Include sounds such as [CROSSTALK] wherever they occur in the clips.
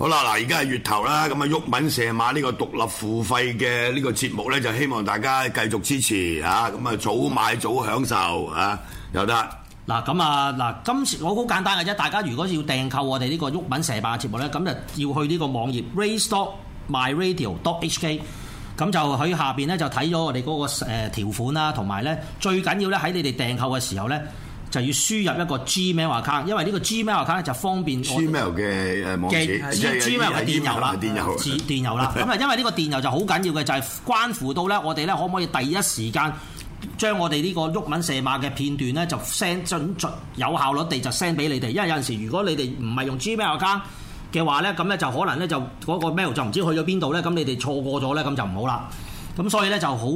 好啦，嗱，而家係月頭啦，咁啊，鬱敏射馬呢個獨立付費嘅呢個節目咧，就希望大家繼續支持啊，咁啊，早買早享受啊，有得嗱咁啊，嗱今次我好簡單嘅啫，大家如果要訂購我哋呢個鬱文蛇霸節目咧，咁就要去呢個網頁 raise.myradio.hk。咁就喺下邊咧就睇咗我哋嗰個誒條款啦，同埋咧最緊要咧喺你哋訂購嘅時候咧就要輸入一個 Gmail account，因為呢個 Gmail account 咧就方便我 Gmail 嘅呃誒網址嘅，Gmail 係電郵啦，電郵自電郵啦。 [LAUGHS] 咁啊，因為呢個電郵就好緊要嘅，就係、關乎到咧，我哋咧可唔可以第一時間將我哋呢個鬱文射馬嘅片段咧，就 send 準準有效率地就 send 俾你哋。因為有陣時如果你哋唔係用 Gmail account 嘅話咧，咁咧就可能咧就嗰個 mail 就唔知去咗邊度咧，咁你哋錯過咗咧，咁就唔好啦。咁所以咧就好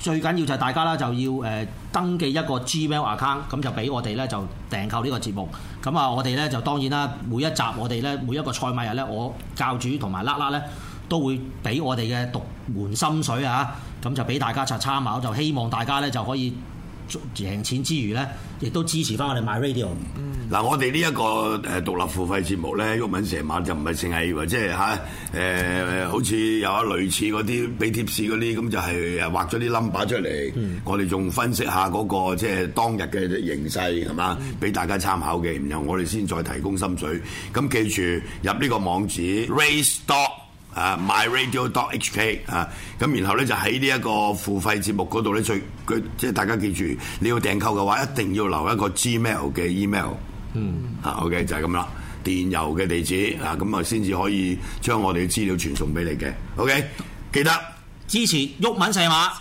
最緊要就係大家啦，就要誒、呃登記一個 Gmail account，咁就俾我哋咧就訂購呢個節目。咁啊，我哋咧就當然啦，每一集我哋咧每一個賽馬日咧，我教主同埋啦啦咧都會俾我哋嘅獨門心水啊，咁就俾大家就參考，就希望大家咧就可以贏錢之餘咧，亦都支持翻我哋 My Radio。嗱，我哋呢一個誒獨立付費節目咧，鬱敏成晚就唔係淨係話即係嚇誒誒，好似有一類似嗰啲俾貼士嗰啲，咁就係誒畫咗啲 number 出嚟，我哋仲分析下嗰、個即係當日嘅形勢係嘛，俾大家參考嘅，然後我哋先再提供心水。咁記住入呢個網址 raise dot。啊 myradio.hk 啊，咁然後咧就喺呢一個付費節目嗰度咧，最佢即係大家記住，你要訂購嘅話，一定要留一個 Gmail 嘅 email。嗯，啊 OK 就係咁啦，電郵嘅地址啊，咁啊先至可以將我哋嘅資料傳送俾你嘅。OK，記得。支持鬱文射馬。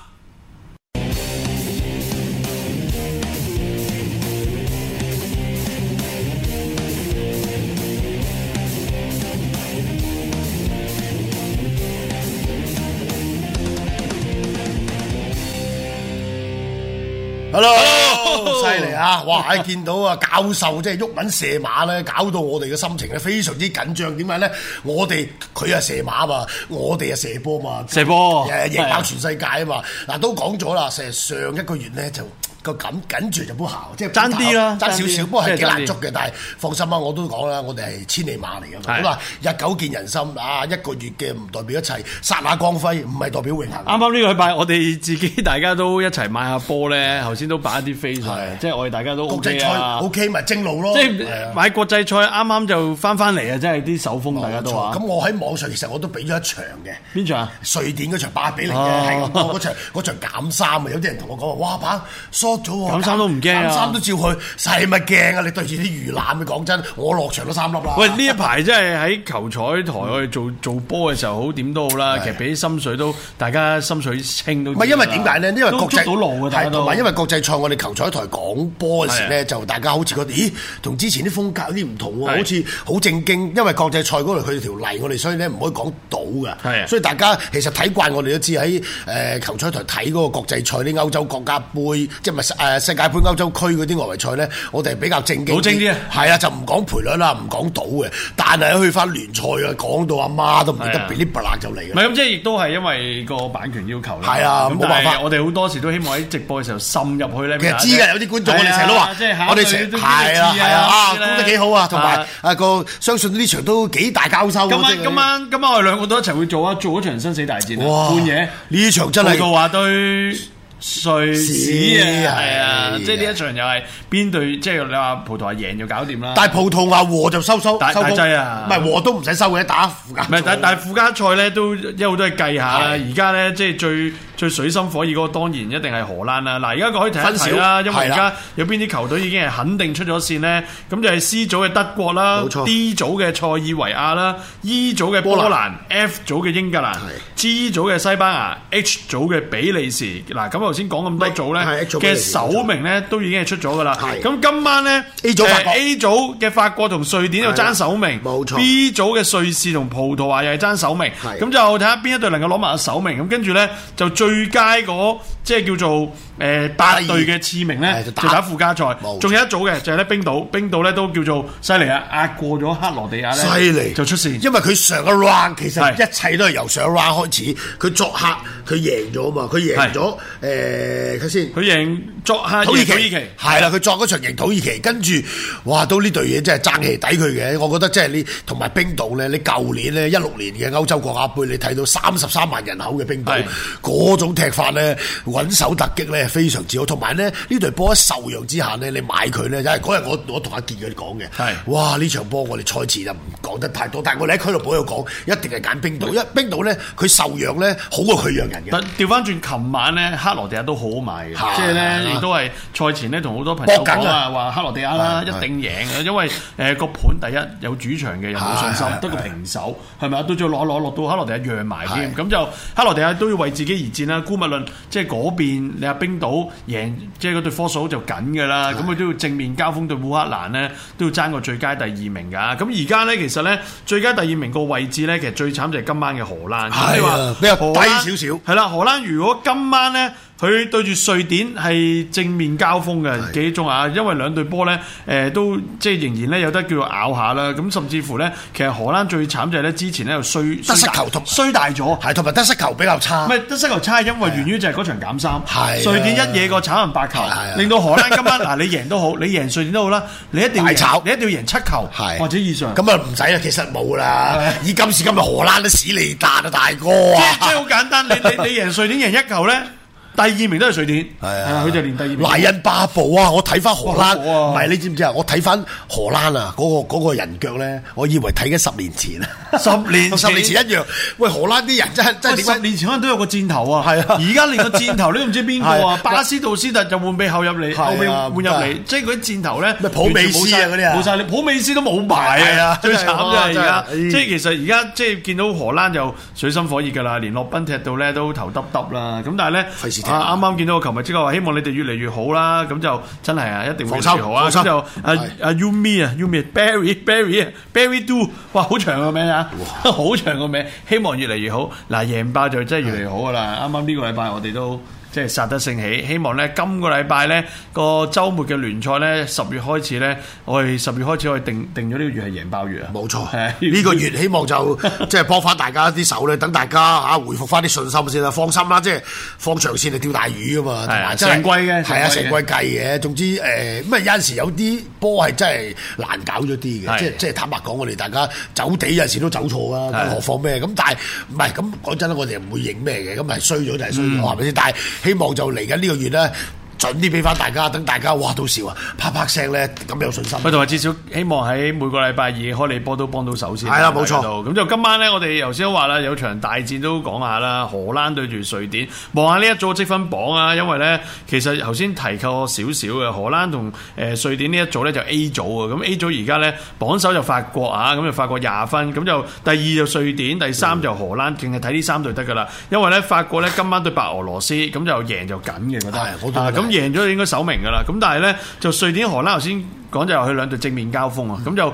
Hello，犀利啊！ [LAUGHS] 哇，見到啊教授即係鬱文射馬咧，搞到我哋嘅心情咧非常之緊張。點解咧？我哋佢啊射馬嘛，我哋啊射波嘛，射波誒贏爆係全世界啊嘛！嗱都講咗啦，成上一個月咧就。個緊緊住就波校，即係爭啲啦爭爭少啲少，不過係幾真係爭難啲捉嘅。但係放心啊啦，我都講啦，我哋係千里馬嚟㗎嘛。好係啦，日久見人心啊，一個月嘅唔代表一切，剎那光輝唔係代表永恆。啱啊啱呢個禮拜，我哋自己大家都一齊買下 [LAUGHS] 波咧，頭先都擺一啲飛上嚟，係即係我哋大家都國 OK 際賽啊。 OK 咪正路咯，即係啊係買國際賽，啱啱就翻翻嚟啊！真係啲手風，大家都話咁我喺網上其實我都俾咗一場嘅。邊場啊？瑞典嗰場八比零哦嘅，係咁多嗰場嗰場減三啊！有啲人同我講話，哇，棒縮咗喎，減三都唔驚啊減三都照去，使乜驚啊？你對住啲魚腩啊！講真，我落場都三粒啦。喂，呢一排真係喺球彩台我哋做做波嘅時候，好點都好啦。其實俾心水都，大家心水清都。唔係因為點解咧？因為都國際捉到路嘅，大家係都同埋因為國際賽，我哋球彩台講波嘅時咧，就大家好似覺得，咦，同之前啲風格有啲唔同喎，係好似好正經。因為國際賽嗰度佢條例，我哋所以咧唔可以講賭係啊㗎。所以大家其實睇慣我哋都知喺誒球彩台睇嗰個國際賽啲歐洲國家杯，即係咪誒世界盃歐洲區嗰啲外圍賽咧，我哋係比較正經。好正啲啊係啊，就唔講賠率啦，唔講賭嘅，但係去翻聯賽啊，講到阿媽都唔記係得啊噼哩啪啦就嚟㗎唔。係咁，即係亦都係因為個版權要求啦。係啊咁冇辦法但係我哋好多時都希望喺直播嘅時候滲入去咧。其實知嘅，有啲觀眾我哋成日都話啊係啊即係，考慮我哋成都知係啊知係啊啊，啊知啦講得幾好啊，同埋啊啊個相信呢場都幾大交收喎今即晚係今晚今晚我哋兩個都一齊會做啊，做一場生死大戰啊，哇半夜呢場真報道係話對瑞士是啊啊，係啊，係啊即係呢一場又係邊隊，即係你話葡萄牙贏就搞掂啦。但係葡萄牙和就收收大收工大劑啊唔係和都唔使收嘅，打附加唔係，但但係附加賽咧都有好多嘢計下啦。係而家咧即係最最水深火熱嗰個當然一定係荷蘭啦。嗱，而家可以睇一睇啦，分因小為而係家啦有邊啲球隊已經係肯定出咗線咧。咁就係 C 組嘅德國啦冇錯，D 組嘅塞爾維亞啦，E 組嘅波波蘭蘭，F 組嘅英格蘭，G 組嘅西班牙，H 組嘅比利時。嗱，咁頭先講咁多組係咧 H 組比嘅利時首名咧都已經係出咗噶啦。係咁今晚咧 A 組法國誒 A 組嘅法國同瑞典又爭首名，冇錯 B B 組嘅瑞士同葡萄牙又係爭首名，係咁就睇下邊一隊能夠攞埋首名，咁跟住呢，就最佳嗰即係叫做誒八隊嘅次名咧係就就打打附加賽冇錯，仲有一組嘅就係咧冰島，冰島咧都叫做犀利啊，壓過咗克羅地亞咧，犀利就出線。因為佢上個 round 其實係一切都係由上 round 開始，佢作客佢贏咗啊嘛，佢贏咗誒睇先。佢贏作客土耳贏其啊土耳其。係啦，佢作嗰場贏土耳其，跟住哇，到呢隊嘢真係爭氣抵佢嘅，我覺得真係你同埋冰島咧，你舊年咧一六年嘅歐洲國家杯，你睇到三十三萬人口嘅冰島係嗰種踢法咧，穩守突擊咧非常之好，同埋咧呢隊波一受讓之下咧，你買佢咧，因為嗰日我我同阿傑佢講嘅，係哇呢場波我哋賽前就唔講得太多，但係我哋喺俱樂部有講，一定係揀冰島，因為冰島咧佢受讓咧好過佢讓人嘅。但調翻轉，琴晚咧克羅地亞都好好賣嘅，係即係咧係亦都係賽前咧同好多朋友搏緊講啊，啊話克羅地亞啦係係一定贏啊嘅，因為誒個盤第一有主場嘅，又冇信心係係，係得個平手係咪啊？到最後攞攞落到克羅地亞讓埋添，咁就克羅地亞都要為自己而戰啦。姑勿論即係嗰邊你話冰島贏，即係嗰對科數就緊㗎啦，咁佢都要正面交鋒對烏克蘭咧，都要爭個最佳第二名㗎。咁而家咧其實咧最佳第二名個位置咧，其實最慘就係今晚嘅荷蘭。咁你係話啊比較荷低蘭少少係啦，荷蘭如果今晚呢，佢對住瑞典係正面交鋒嘅幾中啊，因為兩隊波呢，誒、都即係仍然呢有得叫做咬下啦。咁甚至乎呢，其實荷蘭最慘就係呢之前呢又衰得失衰大球同衰大咗。係同埋得失球比較差唔。係得失球差，因為源於就係嗰場減三，係啊瑞典一嘢個炒人八球係啊，令到荷蘭今晚嗱你贏都好，你贏瑞典都好啦，你一定要大贏炒你一定要贏七球係或者以上。咁啊唔使啦，其實冇 [LAUGHS] 啦。以今時今日荷蘭都屎利達啊，大哥即啊！即係好簡單，你你你贏瑞典贏一球咧，第二名都係瑞典，係係啊，佢就連第二名。賴恩巴布啊！我睇翻荷哇好蘭，好啊唔係你知唔知啊？我睇翻荷蘭啊，嗰、個嗰個人腳咧，我以為睇緊十年前啊，十年 [LAUGHS] 前十年前一樣。喂，荷蘭啲人真係真係喂，點十解？年前可能都有個箭頭啊，係啊而家連個箭頭你都唔知邊個係啊啊，巴斯杜斯特就換俾後入嚟，係啊後尾換入真嚟係，即係嗰啲箭頭咧，咩普美斯啊嗰完全冇晒啲啊冇晒，普美斯都冇埋係啊啊，最慘真係就係而家，哇真即係係其實而家即係見到荷蘭就水深火熱㗎啦，連洛賓踢到咧都頭耷耷啦，咁但係咧，費事踢啊啱啱見到個球迷即刻話希望你哋越嚟越好啦，咁就真係啊，一定會越放心嚟越好啊，放心咁就啊係啊 Umi 啊 Umi Barry Barry 啊 Barry Do，哇好長個名啊， [LAUGHS] 好長個名，希望越嚟越好。嗱贏爆就真係越嚟越好噶啦。啱啱呢個禮拜我哋都即係殺得興起，希望咧今個禮拜咧個週末嘅聯賽咧十月開始咧，我哋十月開始我哋定定咗呢個月係贏爆月啊，冇錯，係呢個月希望 [LAUGHS] 就即係幫翻大家啲手咧，等大家嚇回復翻啲信心先啦。放心啦，即係放長線係釣大魚噶嘛，同係啊埋真係成季嘅係啊，成成季季嘅計嘅。總之誒，咁啊有陣時有啲波係真係難搞咗啲係嘅，即係即係坦白講，我哋大家走地有陣時都走錯啊，係更何況咩？咁但係唔係咁講真啦，我哋又唔會影咩嘅，咁係衰咗就係衰咗，嗯係咪先？但係希望就嚟緊呢個月咧。準啲俾翻大家，等大家哇到時啊，啪啪聲咧咁有信心。啊喂，同埋至少希望喺每個禮拜二開你波都幫到手先。係啦冇錯大家都咁就今晚呢，我哋頭先都話啦，有場大戰都講下啦，荷蘭對住瑞典，望下呢一組積分榜啊，因為呢，其實頭先提及過少少嘅荷蘭同誒、呃瑞典呢一組呢，就 A 組啊，咁 A 組而家呢，榜首就法國啊，咁就法國廿分，咁就第二就瑞典，第三就荷蘭，淨係睇呢三隊得㗎啦，因為呢，法國呢，今晚對白俄羅斯，咁就贏就緊嘅覺得係我都覺得啊咁係贏咗就應該首名㗎啦。咁但係呢，就瑞典荷蘭頭先講就係佢兩隊正面交嗯鋒啊。咁、就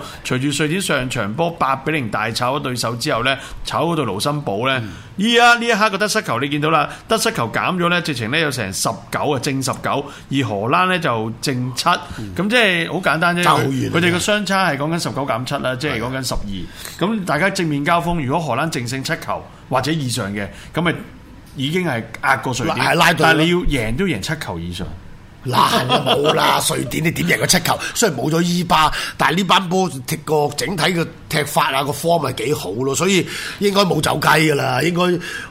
隨住瑞典上場波八比零大炒咗對手之後呢，炒嗰對盧森堡嗯呢。依家呢一刻個得失球你見到啦，得失球減咗呢，直情呢有成十九啊，正十九，而荷蘭呢就正七。咁、即係好簡單啫，爭嗯好遠啊佢哋嘅相差係講緊十九減七啦，即係講緊十二。咁大家正面交鋒，如果荷蘭淨勝七球或者以上嘅，咁咪已經係壓過瑞典。係拉隊但係咯你要贏都要贏七球以上。難啊冇啦，瑞典你點贏個七球？雖然冇咗伊巴，但係呢班波踢個整體嘅踢法啊個 form 係幾好咯，所以應該冇走雞噶啦，應該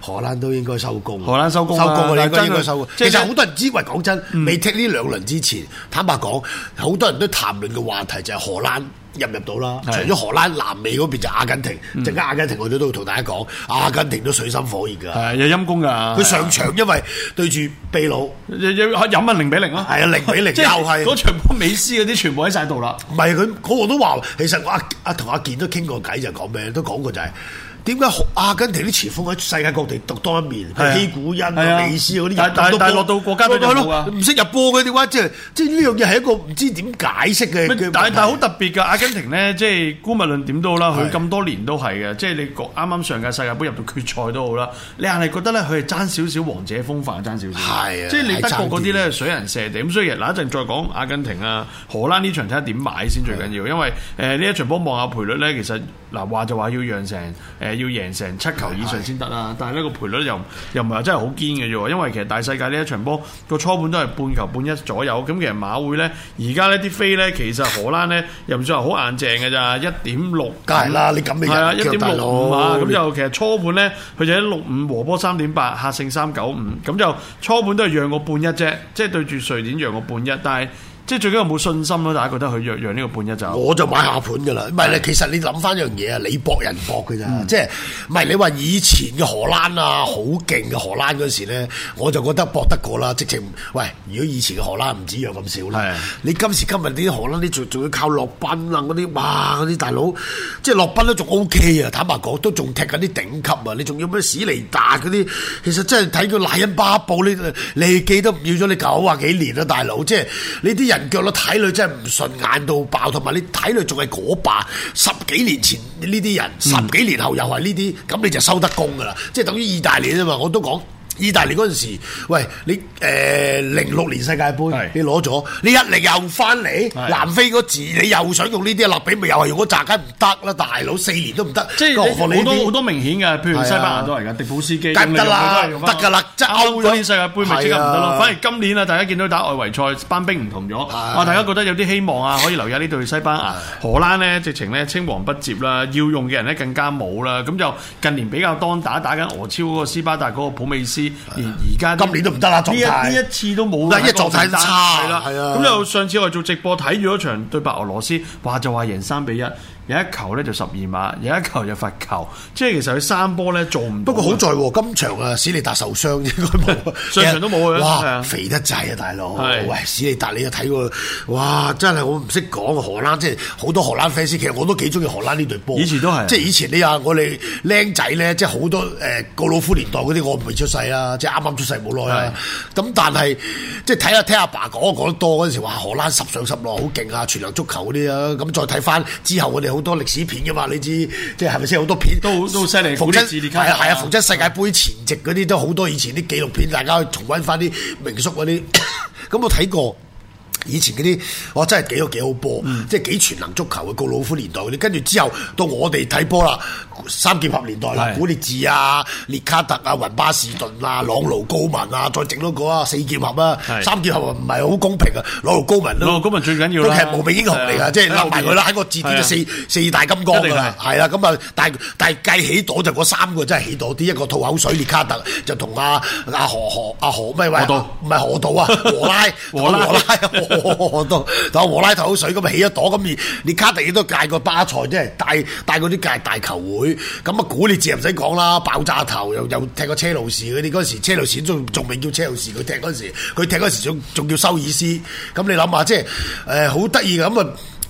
荷蘭都應該收工。荷蘭收工啦收工啦，應但係真該係應該收工。即係嗯其實好多人知，喂，講真，未踢呢兩輪之前，坦白講，好多人都談論嘅話題就係荷蘭。入唔入到啦？除係嗯咗荷蘭南美嗰邊就阿根廷，陣間阿根廷我哋都會同大家講，阿根廷都水深火熱㗎。係又陰公㗎，佢上場因為對住秘魯，飲啊零比零咯，係啊零比零即又係嗰場波美斯嗰啲全部喺晒度啦。唔係佢，我我都話，其實我阿阿同阿健都傾過偈就講咩，都講過就係、點解阿根廷啲前鋒喺世界各地獨當一面？譬係啊如希古恩係啊、啊美斯嗰啲入但到但都但波落到國家隊就係冇啊咯，唔識入波嘅點解？即係即係呢樣嘢係一個唔知點解釋嘅嘅問題。但但好特別㗎，阿根廷呢，即係姑勿論點都好啦，係佢咁多年都係嘅，即係你講啱啱上屆世界盃入到決賽都好啦，你硬係覺得呢，佢係爭少少王者風範，爭少少。係啊即係你係德爭國嗰啲啲呢，水人射地，咁所以嗱一陣再講阿根廷啊、荷蘭呢場睇下點買先最緊要，因為誒呢一場波望下賠率呢，其實嗱話就話要讓成誒要贏成七球以上先得啦，但係呢個賠率又又唔係話真係好堅嘅啫喎，因為其實大世界呢一場波個初盤都係半球半一左右，咁其實馬會呢，而家呢啲飛呢，其實荷蘭呢，又唔算話好硬淨嘅咋，一點六。梗係啦，你咁嘅係啊，人一點大六佬五啊，咁你就其實初盤咧，佢就一六五和波三點八，客勝三九五，咁就初盤都係讓個半一啫，即係對住瑞典讓個半一，但係即係最緊要冇信心咯，大家覺得佢讓讓呢個半一就。我就買下盤噶啦，唔係你其實你諗翻樣嘢啊，你搏人搏嘅咋，嗯即係唔係你話以前嘅荷蘭啊，好勁嘅荷蘭嗰時咧，我就覺得搏得過啦，直情喂，如果以前嘅荷蘭唔止樣咁少啦係，你今時今日啲荷蘭啲仲仲要靠洛賓啊嗰啲，哇嗰啲大佬，即係洛賓都仲 O K 啊，坦白講都仲踢緊啲頂級啊，你仲要咩史尼達嗰啲，其實真係睇佢賴恩巴布你你記都唔要咗你九啊幾年啦，大佬，即係你啲人腳咯睇落真係唔順眼到爆，同埋你睇落仲係嗰把十幾年前呢啲人，十幾年後又係呢啲，咁你就收得工噶啦，即係等於意大利啫嘛，我都講。意大利嗰陣時，喂，你誒零六年世界盃係，你攞咗，你一嚟又翻嚟，係南非嗰字你又想用呢啲立比，咪又係用嗰扎梗唔得啦，大佬四年都唔得，即係更何況你你呢好多好啲啊多明顯嘅，譬如西班牙都係㗎，迪普斯基咁梗唔得啦你用佢都係用返得㗎啦即係歐歐咗嗰年世界盃咪即刻唔得係咯啊。反而今年啊，大家見到打外圍賽班兵唔同咗，啊大家覺得有啲希望啊，可以留意下呢隊西班牙、荷蘭呢，直情呢青黃不接啦，要用嘅人呢更加冇啦。咁就近年比較當打打緊俄超嗰個斯巴達嗰個普美斯，而而家今年都唔得啦狀呢一態呢一次都冇嗱啦，一狀態差係啦，係啊咁就上次我哋做直播睇住嗰場對白俄羅斯，話就話贏三比一，有一球咧就十二碼，有一球就罰球，即係其實佢三波咧做唔不到。過好在喎，今場啊史利達受傷應該冇， [LAUGHS] 上場都冇嘅係哇，啊肥得滯啊，大佬！係喂，史利達你又睇過，哇！真係我唔識講啊荷蘭，即係好多荷蘭 fans，其實我都幾中意荷蘭呢隊波。以前都係啊即係以前你話我哋僆仔咧，即係好多誒告老夫年代嗰啲，我未出世啦，即係啱啱出世冇耐啦。咁但係即係睇下聽阿爸講講得多嗰陣時，話荷蘭十上十落好勁啊，全能足球嗰啲啊。咁再睇翻之後，我哋好多歷史片噶嘛，你知即係係咪先好多片都都好犀利逢古力親治列係卡啊係啊，啊逢即係世界盃前夕嗰啲都好多以前啲紀錄片，大家去重温翻啲名宿嗰啲。 [COUGHS] 咁我睇過以前嗰啲，我真係幾個幾好波，嗯即係幾全能足球嘅告老夫年代嗰啲。跟住之後到我哋睇波啦，三劍俠年代啦，係古列治啊、列卡特啊、雲巴士頓啊、朗奴高文啊，再整多個啊四劍俠啊，係三劍俠啊唔係好公平啊，朗奴高文都朗奴高文最緊要啦都係無名英雄嚟係啊㗎，即係揦埋佢啦，喺個字典就係啊四四大金剛一㗎定啦係。係啦，咁啊，但係但係計起朵就嗰三個真係起朵啲，一個吐口水列卡特就同阿阿何何阿何咩喂，何道唔係何道 [LAUGHS] 啊，何拉何拉何拉何何何道同何拉吐口水咁啊起一朵咁而列卡特亦都戒過巴塞，即係帶帶嗰啲戒大球會，咁啊估你自然唔使講啦，爆炸頭又又踢過車路士嗰啲，嗰時車路士仲仲未叫車路士，佢踢嗰時佢踢嗰時仲仲叫修爾斯，咁你諗下即係誒好得意嘅咁啊！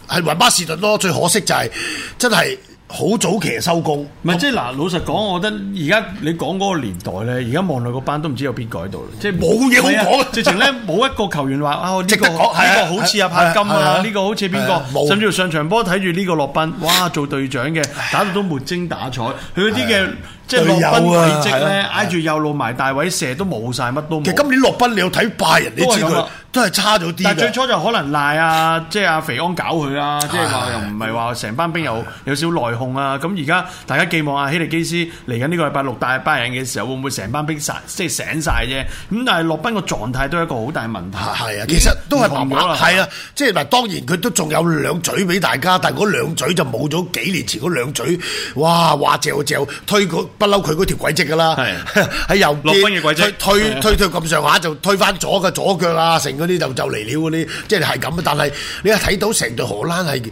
係雲巴士頓咯，最可惜就係、真係好早期就收工。唔係即係嗱，老實講，我覺得而家你講嗰個年代咧，而家望落個班都唔知有邊個喺度啦，即係冇嘢好講係啊直情咧冇一個球員 [LAUGHS] 話啊，呢值個得呢講係啊個好似阿係啊柏金係啊係啊啊，呢個好似邊係啊個，冇甚至乎上場波睇住呢個洛賓，哇，做隊長嘅打到都沒精打采，佢嗰啲嘅即係洛賓隊友啊軌跡係咧啊，挨住右路埋大位射都冇晒，乜都其冇實。今年落賓你有睇拜仁，你都係知咁佢啊都係差咗啲但係最嘅。初就可能賴啊，即係阿肥安搞佢啊，即係話又唔係話成班兵有有少內控啊。咁而家大家寄望啊阿希利基斯嚟緊呢個禮拜六大班人嘅時候，會唔會成班兵殺即係醒晒啫？咁但係洛賓個狀態都係一個好大問 [LAUGHS] 題。係啊，其實都係麻唔同麻，咗啦係啊，即係嗱，當然佢都仲有兩嘴俾大家，但係嗰兩嘴就冇咗幾年前嗰兩嘴，哇話嚼嚼推嗰不嬲佢嗰條軌跡㗎啦，係 [LAUGHS] 喺右落邊賓嘅軌跡推係推啊推到咁上下就推翻左嘅左腳啊，成嗰啲就就嚟了嗰啲，即係係咁。啊但係你一睇到成隊荷蘭係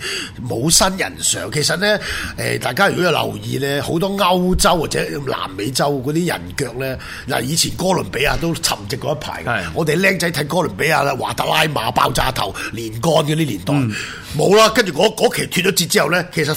冇新人上，其實咧誒、大家如果有留意咧，好多歐洲或者南美洲嗰啲人腳咧，嗱以前哥倫比亞都沉寂過一排嘅係，我哋僆仔睇哥倫比亞啦，華特拉馬爆炸頭、連杆嗰啲年代冇啦，跟住嗰嗰期脱咗節之後咧，其實。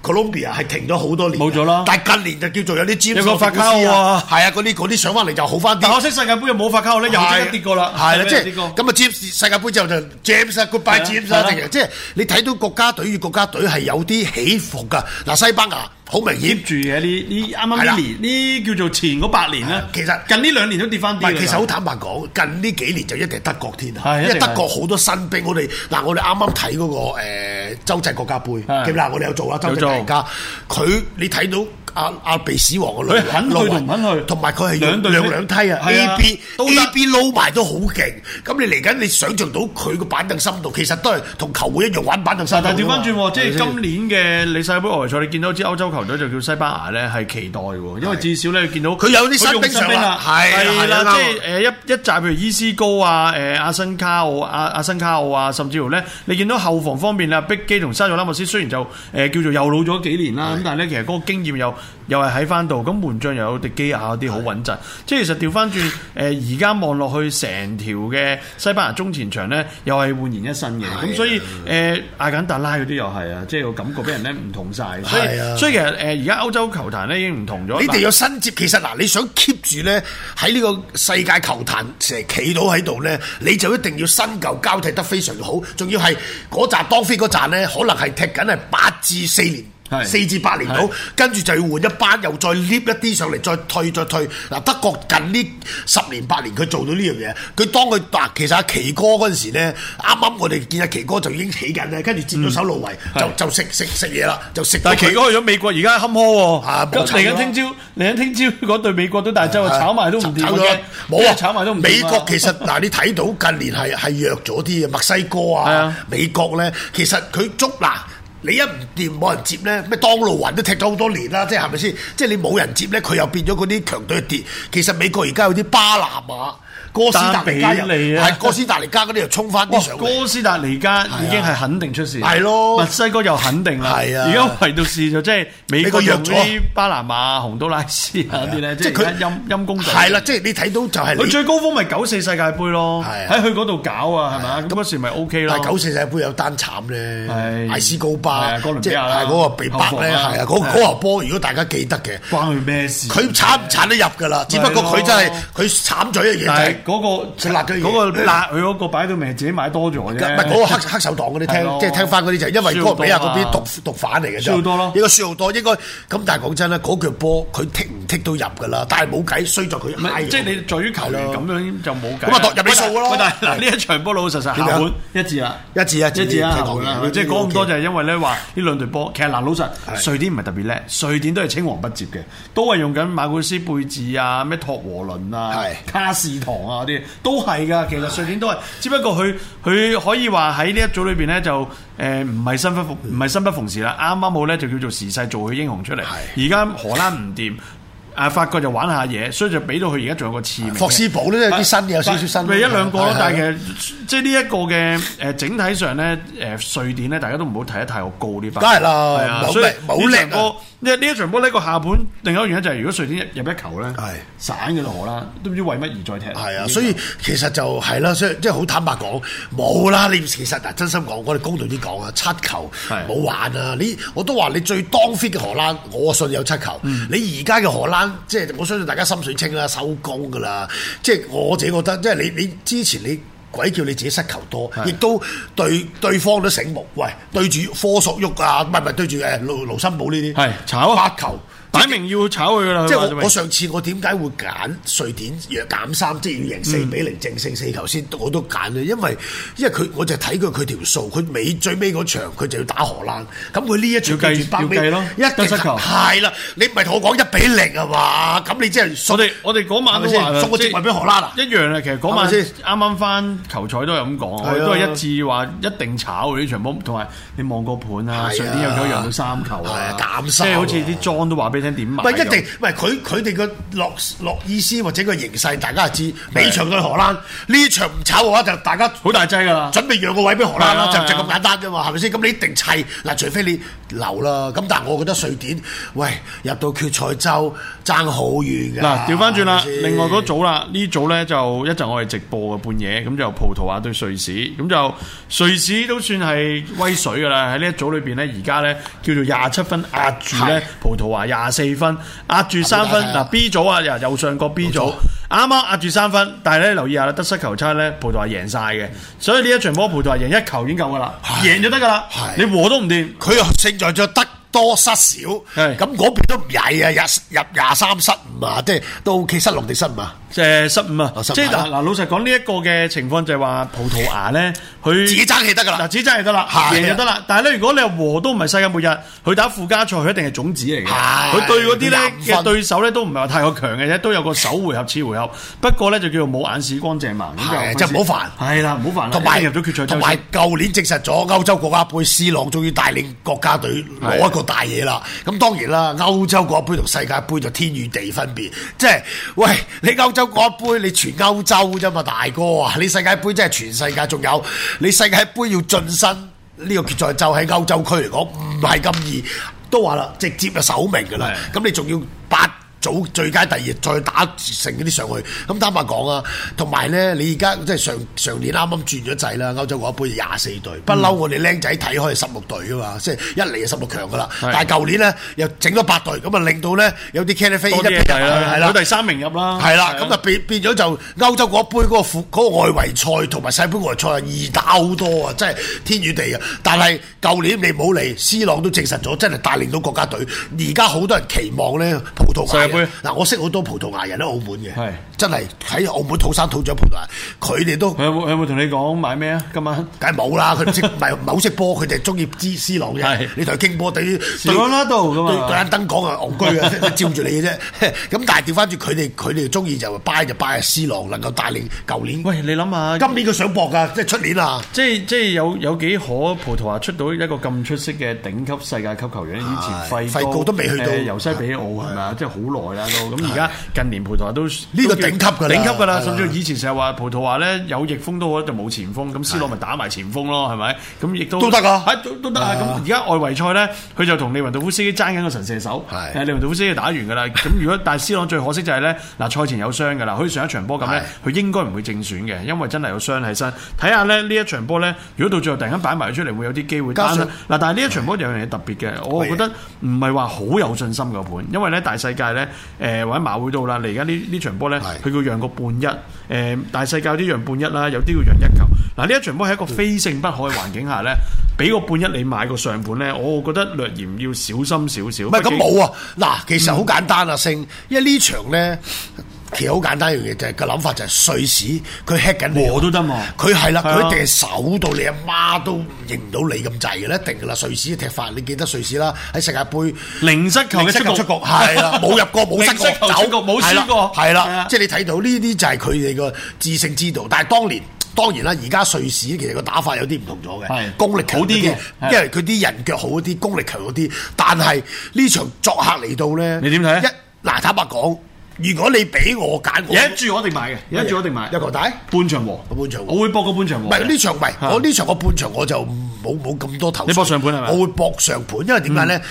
Colombia 係停咗好多年，冇咗啦但係近年就叫做有啲詹有個法卡奧啊係啊，嗰啲嗰啲上翻嚟就好翻啲但。可惜世界盃又冇法卡我咧，又即刻跌過啦，係啦，又即即刻係跌過咁啊！James 世界盃之後就 James 啊係，Goodbye 啊 James 啊，係啊成日即係你睇到國家隊與國家隊係有啲起伏㗎。嗱，西班牙好明顯 keep。住嘅呢呢啱係啱啦呢年呢叫做前嗰八年咧，其實近呢兩年都跌翻唔啲係，㗎其實啦好坦白講，近呢幾年就一定係德國天下，係因一為定德係國好多新兵。我哋嗱，我哋啱啱睇嗰個誒洲際國家杯，係記唔記得？我哋有做啊，洲際有大做家佢你睇到阿阿鼻屎王嘅女佢肯去路同唔肯去同埋佢係兩兩隊兩飛兩梯啊係，A 啊 B 都得 A B 撈埋都好勁。咁你嚟緊你想象到佢個板凳深度，其實都係同球會一樣玩板凳深度㗎但嘛。係調翻轉喎，即啊係咪先係今年嘅你世界盃外圍賽，你見到支歐洲球隊就叫西班牙咧，係期待喎，因為至少咧見到佢有啲新佢用兵上啦係啊係係啊啦，啱啊即係誒一一集譬如伊斯高啊、誒阿新卡奧、啊阿阿新卡奧啊，甚至乎咧，你見到後防方面啊，碧基同沙佐拉莫斯雖然就誒叫做又老咗幾年啦，咁但係咧其實嗰個經驗又又係喺翻度，咁門將又有迪基亞嗰啲好穩陣，即係其實調翻轉誒而家望落去成條嘅西班牙中前場咧，又係煥然一新嘅，啊咁所以誒阿簡達拉嗰啲又係啊，即係個感覺俾人咧唔同晒。所係啊以所以其實誒而家歐洲球壇咧已經唔同咗，你哋有新接，其實嗱，你想 keep 住咧喺呢個世界球壇成日企到喺度咧，你就一定要新舊交替得非常好，仲要係嗰扎當飛嗰扎咧，可能係踢緊係八至四年。係四至八年到係，跟住就要換一班，又再 lift 一啲上嚟，再退再退。嗱，德國近呢十年八年佢做到呢樣嘢，佢當佢嗱，其實阿奇哥嗰陣時咧，啱啱我哋見阿奇哥就已經起緊咧，跟住佔咗手路圍，嗯係就就食食食嘢啦，就食到但係佢奇哥去咗美國，而家坎啊冇錯坷喎。咁嚟啦緊聽朝，嚟緊聽朝嗰對美國都大洲啊，炒埋都唔掂炒咗嘅啦。冇啊，炒埋都唔掂啊美國其 [LAUGHS] 實嗱，你睇到近年係係弱咗啲嘅，墨西哥係啊啊、美國咧，其實佢捉嗱。你一唔掂冇人接咧，咩當路雲都踢咗好多年啦，即係係咪先？即係你冇人接咧，佢又變咗嗰啲強隊跌。其實美國而家有啲巴拿馬、哥斯達黎加又丹比利啊係哥斯達黎加嗰啲又衝翻哇啲上嚟。哥斯達黎加已經係肯定出事，係咯墨西哥又肯定啦，係啊而家唯獨是就即係美國用美國弱啲巴拿馬、洪都拉斯啊啲咧，即係佢陰陰公仔。係啦，即係你睇到就係佢你。最高峰咪九四世界盃咯，係啊喺佢嗰度搞啊，係咪啊？咁嗰時咪 O K 咯。但係九四世界盃有單慘咧，係艾斯高係巴啊哥倫比即係亞啦係嗰個被北咧，後防啦係啊，嗰係啊嗰個波如果大家記得嘅，關佢咩事？佢慘唔慘得入㗎啦，只不過佢真係佢慘咗一樣嘢就但係係嗰個佢辣咗嘢嗰個辣佢嗰個擺到明，自己買多咗啫。唔係嗰個黑黑手黨嗰啲係聽，咯即係聽翻嗰啲就係因為輸哥好倫多啊比亞嗰邊毒毒販嚟嘅啫，輸好多咯應該輸好多，應該咁。但係講真啦，嗰腳波佢剔唔剔都入㗎啦，但係冇計，衰在佢唔係嗨咗即係你在於球員係咯咁樣就冇計啦。咁啊度入你數㗎咯喂但係嗱，呢一場波老老實實下點樣盤一致啦。一致一致一致即啊，係講後嘢半啦呢啲即係講咁 OK 多就係因為咧話呢兩隊波，其實嗱老係實，瑞典唔係特別叻，瑞典都係青黃不接嘅，都係用緊馬古斯貝治啊、咩托和倫啊係、卡士堂啊嗰啲，都係㗎。其實瑞典都係，只不過佢佢可以話喺呢一組裏邊咧就誒唔係生不逢唔係生不逢時啦，啱啱好咧就叫做時勢做佢英雄出嚟。而家荷蘭唔掂。啊！法國就玩下嘢，所以就俾到佢而家仲有個次名嘅。霍斯堡呢都有啊啲新嘅，有少少新嘅。咪一兩個咯係，但係係其實即係呢一個嘅誒整體上咧，誒瑞典咧，大家都唔好睇得太過高呢班。梗係啦係啊冇所以力冇力啊呢場波呢呢一場波呢個下盤，另一個原因就係如果瑞典入入一球咧係，散嘅啦荷蘭，都唔知為乜而再踢。係啊，所以其實就係啦，所以即係好坦白講，冇啦。你其實嗱，真心講，我哋公道啲講啊，七球係冇玩啊！你我都話你最當 fit 嘅荷蘭，我信有七球。嗯你而家嘅荷蘭，即係我相信大家心水清啦，收工㗎啦。即係我自己覺得，即係你你之前你。鬼叫你自己失球多，係亦都對對方都醒目。喂，對住科索沃啊，唔係唔係對住誒盧盧森堡呢啲，係炒八球，擺明要炒佢噶啦。即係佢我話我上次我點解會揀瑞典若減三，即係要贏四比零正勝四球先，我都揀嘅，因為因為佢我就睇佢佢條數，佢尾最尾嗰場佢就要打荷蘭，咁佢呢一場要計記住包尾要計咯一定得失球係啦，你唔係同我講一比零啊嘛，咁你即係我哋我哋嗰晚都係咪話先啦送個即係席位俾荷蘭啊一樣啊！其實嗰晚係咪啱先啊啱翻球賽都係咁講，我哋都係一致話一定炒嘅呢場波，同埋你望個盤係啊啊，瑞典有咗讓到三球係啊啊，減即三啊係好似啲莊都話俾你聽點買唔係咁。一定，唔係佢佢哋個落落意思或者個形勢，大家係知。美場對荷蘭呢場唔炒嘅話，就大家好大劑㗎啦。啊準備讓個位俾荷蘭啦，係啊就就咁簡單啫嘛，係咪先？咁你一定砌嗱，除非你流啦。咁但係我覺得瑞典，喂入到決賽周爭好遠㗎。嗱，調翻轉啦係，咪先另外嗰組啦，呢組咧就一陣我哋直播嘅半夜，咁就葡萄牙對瑞士，咁就瑞士都算係威水噶啦，喺呢一組裏邊咧，而家咧叫做廿七分壓住咧係葡萄牙廿四分，壓住三分。係嗱啊 B 組啊，又右上角 B 冇組錯。啱啱壓住三分，但係咧留意下啦，得失球差咧，葡萄牙贏晒嘅，所以呢一場波葡萄牙贏一球已經夠噶啦，係贏就得噶啦係，你和都唔掂。佢又勝在咗得多失少，咁嗰邊都唔曳啊，入入廿三失五啊，即係都 OK 失六定失五啊，誒失誤啊！哦失誤即係嗱啊嗱，老實講呢一個嘅情況就係話葡萄牙咧，佢自己爭氣得㗎嗱啦。自己爭就得啦，係啊贏就得啦。但係咧，如果你和都唔係世界末日，佢打附加賽，佢一定係種子嚟嘅。係佢對嗰啲佢咧廿五嘅分對手咧都唔係話太過強嘅啫，都有個首回合、次回合。不過咧就叫做冇眼屎乾淨盲，係咁即係唔好煩煩。係啦，唔好煩啦。同埋一定入咗決賽周同埋舊年證實咗歐洲國家杯，C 朗終於帶領國家隊攞一個大嘢啦。咁當然啦，歐洲國家杯同世界盃就天與地分別。即係喂，你歐洲國家杯你全歐洲啫嘛，大哥啊！你世界盃真係全世界，仲有你世界盃要晉身呢個決賽周喺歐洲區嚟講唔係咁易。都話啦，直接就首名㗎啦。係咁你仲要八組最佳第二，再打成嗰啲上去。咁坦白講啊，同埋咧，你而家即係上上年啱啱轉咗制啦，歐洲國家杯廿四隊，嗯不嬲我哋僆仔睇開係十六隊噶嘛，即係一嚟就十六強噶啦。係但係舊年咧又整咗八隊，咁啊令到咧有啲 c a n 飛一多啲撇嘢入去睇啦，係佢啦。第三名入啦，啊啊係啦，咁就變變咗就歐洲嗰杯嗰個副嗰個外圍賽同埋世杯外圍賽係易打好多啊！真係天與地啊！但係舊年你冇嚟，C 朗都證實咗，真係帶領到國家隊。而家好多人期望咧葡萄牙世界人盃嗱，我識好多葡萄牙人喺澳門嘅，係真係喺澳門土生土長葡萄牙，佢哋都佢有冇佢有冇同你講買咩啊？今晚梗係冇啦，佢唔識唔 [LAUGHS] 係唔係好識波，佢哋中意知 C 朗係嘅。你同佢傾波，對於對朗拿度㗎嘛對對眼燈講啊，戇 [LAUGHS] 居啊，照住你嘅啫。咁但係調翻轉佢哋，佢哋中意就 buy 就 buy 啊，C 朗能夠帶領舊年，喂，你諗下今年佢想搏㗎，即係出年啊。即係即係有有幾可葡萄牙出到一個咁出色嘅頂級世界級球員，以係前費費高都未去到誒尤西比奧係咪啊？即係好耐啦都。咁而家近年葡萄牙都呢呢個頂級㗎啦頂級㗎啦。係啦甚至以前成日話葡萄牙咧有逆風都好，就冇前鋒。咁 C 朗咪打埋前鋒咯，係咪？咁亦都都得㗎係都都得啊！咁而家外圍賽咧，佢就同利雲道夫斯基爭緊個神射手。係誒利雲道夫斯基打完㗎啦。咁如果但係 C 朗最可惜就係咧嗱，賽前有傷㗎啦，好似上一場波咁咧係。佢應該唔會正選嘅，因為真係有傷喺身。睇下咧呢一場波咧，如果到最後突然間擺埋出嚟，會有啲機會。加上但係嗱，但係呢一場波有樣嘢特別嘅，我覺得唔係話好有信心嘅盤，因為咧大世界咧誒、或者馬會度啦，你而家呢呢場波咧，係佢叫讓個半一誒、大世界有啲讓半一啦，有啲要讓一球。嗱呢一場波喺一個非勝不可嘅環境下咧。俾個半一你買個上盤咧，我覺得略嫌要小心少少。唔係咁畢竟冇啊！嗱，其嗯實好簡單啊，星，因為呢場咧。其實好簡單一樣嘢就係個諗法就係瑞士佢 hit 緊你，啊和都得喎佢係啦，係啊佢一定係守到你阿媽都認唔到你咁滯嘅啦，一定噶啦。瑞士嘅踢法你記得瑞士啦，喺世界盃零失球嘅零失出球局出局係 [LAUGHS] 啦，冇入過冇失過零失球出局走冇輸係啦過係係啦啊，即係你睇到呢啲就係佢哋個致勝之道。但係當年當然啦，而家瑞士其實個打法有啲唔同咗係嘅，功力強好啲嘅因為佢啲人腳好一啲，功力強一啲。但係呢場作客嚟到咧，你點睇啊一嗱坦白講，如果你俾我揀，我有一注我一定買嘅，有一注我一定買。一個大。半場和，半場和我會搏個半場和唔嘅。係呢場，唔係嚇我呢場我半場我就冇冇咁多頭緒。你搏上盤係咪嗯我會搏上盤，因為點解咧？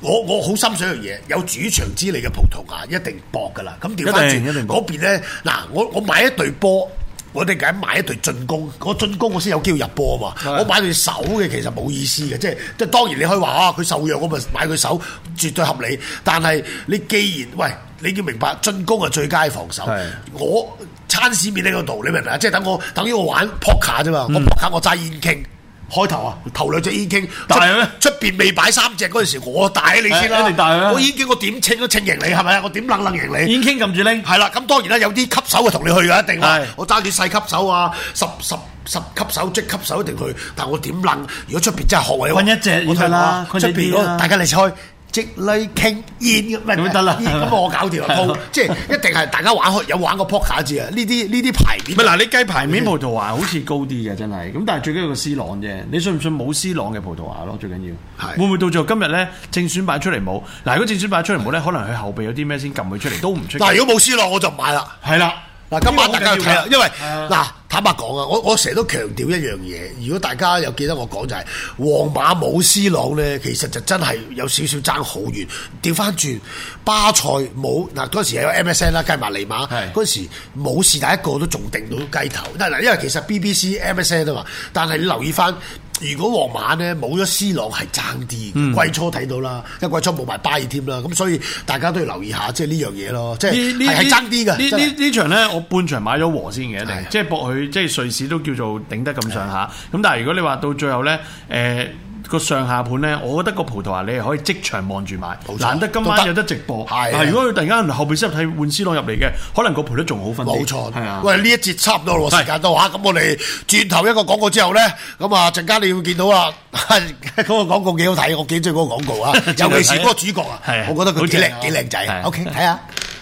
我我好深信一樣嘢，有主場之利嘅葡萄牙一定搏噶啦。咁調翻一定一定轉搏嗰邊咧，嗱，我我買一隊波。我哋梗係買一隊進攻，我進攻我先有機會入波啊嘛！係我買對手嘅其實冇意思嘅，即係即係當然你可以話啊，佢受讓我咪買佢手，絕對合理。但係你既然喂，你要明白進攻係最佳防守係，我餐市面呢個度，你明唔明啊？即係等我等於我玩 poker 啫嘛，嗯我 poker 我揸煙傾。開頭啊，頭兩隻煙傾，大嘅咩出出邊未擺三隻嗰陣時，我帶你先係啦。一定大嘅我煙傾我點稱都稱贏你係咪啊？我點冷冷贏你？已經傾撳住拎。係啦，咁當然啦，有啲級手啊同你去㗎，一定啦係。我揸住細級手啊，十十十級手、即級手一定去，但我點撚？如果出邊真係學位，困一隻我已經得啦我困啊出一隻邊啲嗰啦大家你開即嚟傾煙咁，咁得啦煙咁我搞掂 [LAUGHS] 啊！鋪即係一定係大家玩開有玩過 poker 字啊！呢啲呢啲牌啊面唔係嗱，你計牌面葡萄牙好似高啲嘅，真係。咁但係最緊要個 C 朗啫，你信唔信冇 C 朗嘅葡萄牙咯？最緊要係會唔會到最後今日咧正選擺出嚟冇？嗱，如果正選擺出嚟冇咧，可能佢後備有啲咩先撳佢出嚟都唔出奇。嗱，如果冇思落我就唔買啦。係啦，嗱，今晚大家要睇啦，因為係啊嗱，坦白講啊，我我成日都強調一樣嘢，如果大家有記得我講就係、皇馬冇斯朗咧，其實就真係有少少爭好遠。調翻轉，巴塞冇嗱嗰陣時有 MSN 啦，計埋尼馬係嗰陣時冇是但一個都仲定到雞頭，嗱嗱，因為其實 BBC、MSN 啊嘛，但係你留意翻。如果皇馬咧冇咗 C 朗係爭啲，嗯季初睇到啦，一季初冇埋巴爾添啦，咁所以大家都要留意下，即係呢樣嘢咯，即係呢呢係係爭啲呢嘅。真係呢呢場咧，我半場買咗和先嘅，一定係即係博佢，即係瑞士都叫做頂得咁上下。咁但係如果你話到最後咧，誒、個上下盤咧，我覺得個葡萄牙你係可以即場望住買冇，錯難得今都晚得有得直播。係啊但係如果佢突然間後備先入替換 C 朗入嚟嘅，可能個賠率仲好分啲。冇錯，係啊。喂，呢一節差唔多咯喎，時間到嚇，咁我哋轉頭一個廣告之後咧，咁啊陣間你會見到啦， [LAUGHS] 嗰個廣告幾 [LAUGHS] 好睇，我幾中意嗰個廣告啊，尤其是嗰個主角啊係啊，我覺得佢幾好正啊靚幾靚仔係，啊 OK，睇下。啊 Hãy subscribe cho kênh Ghiền Mì Gõ Để không bỏ lỡ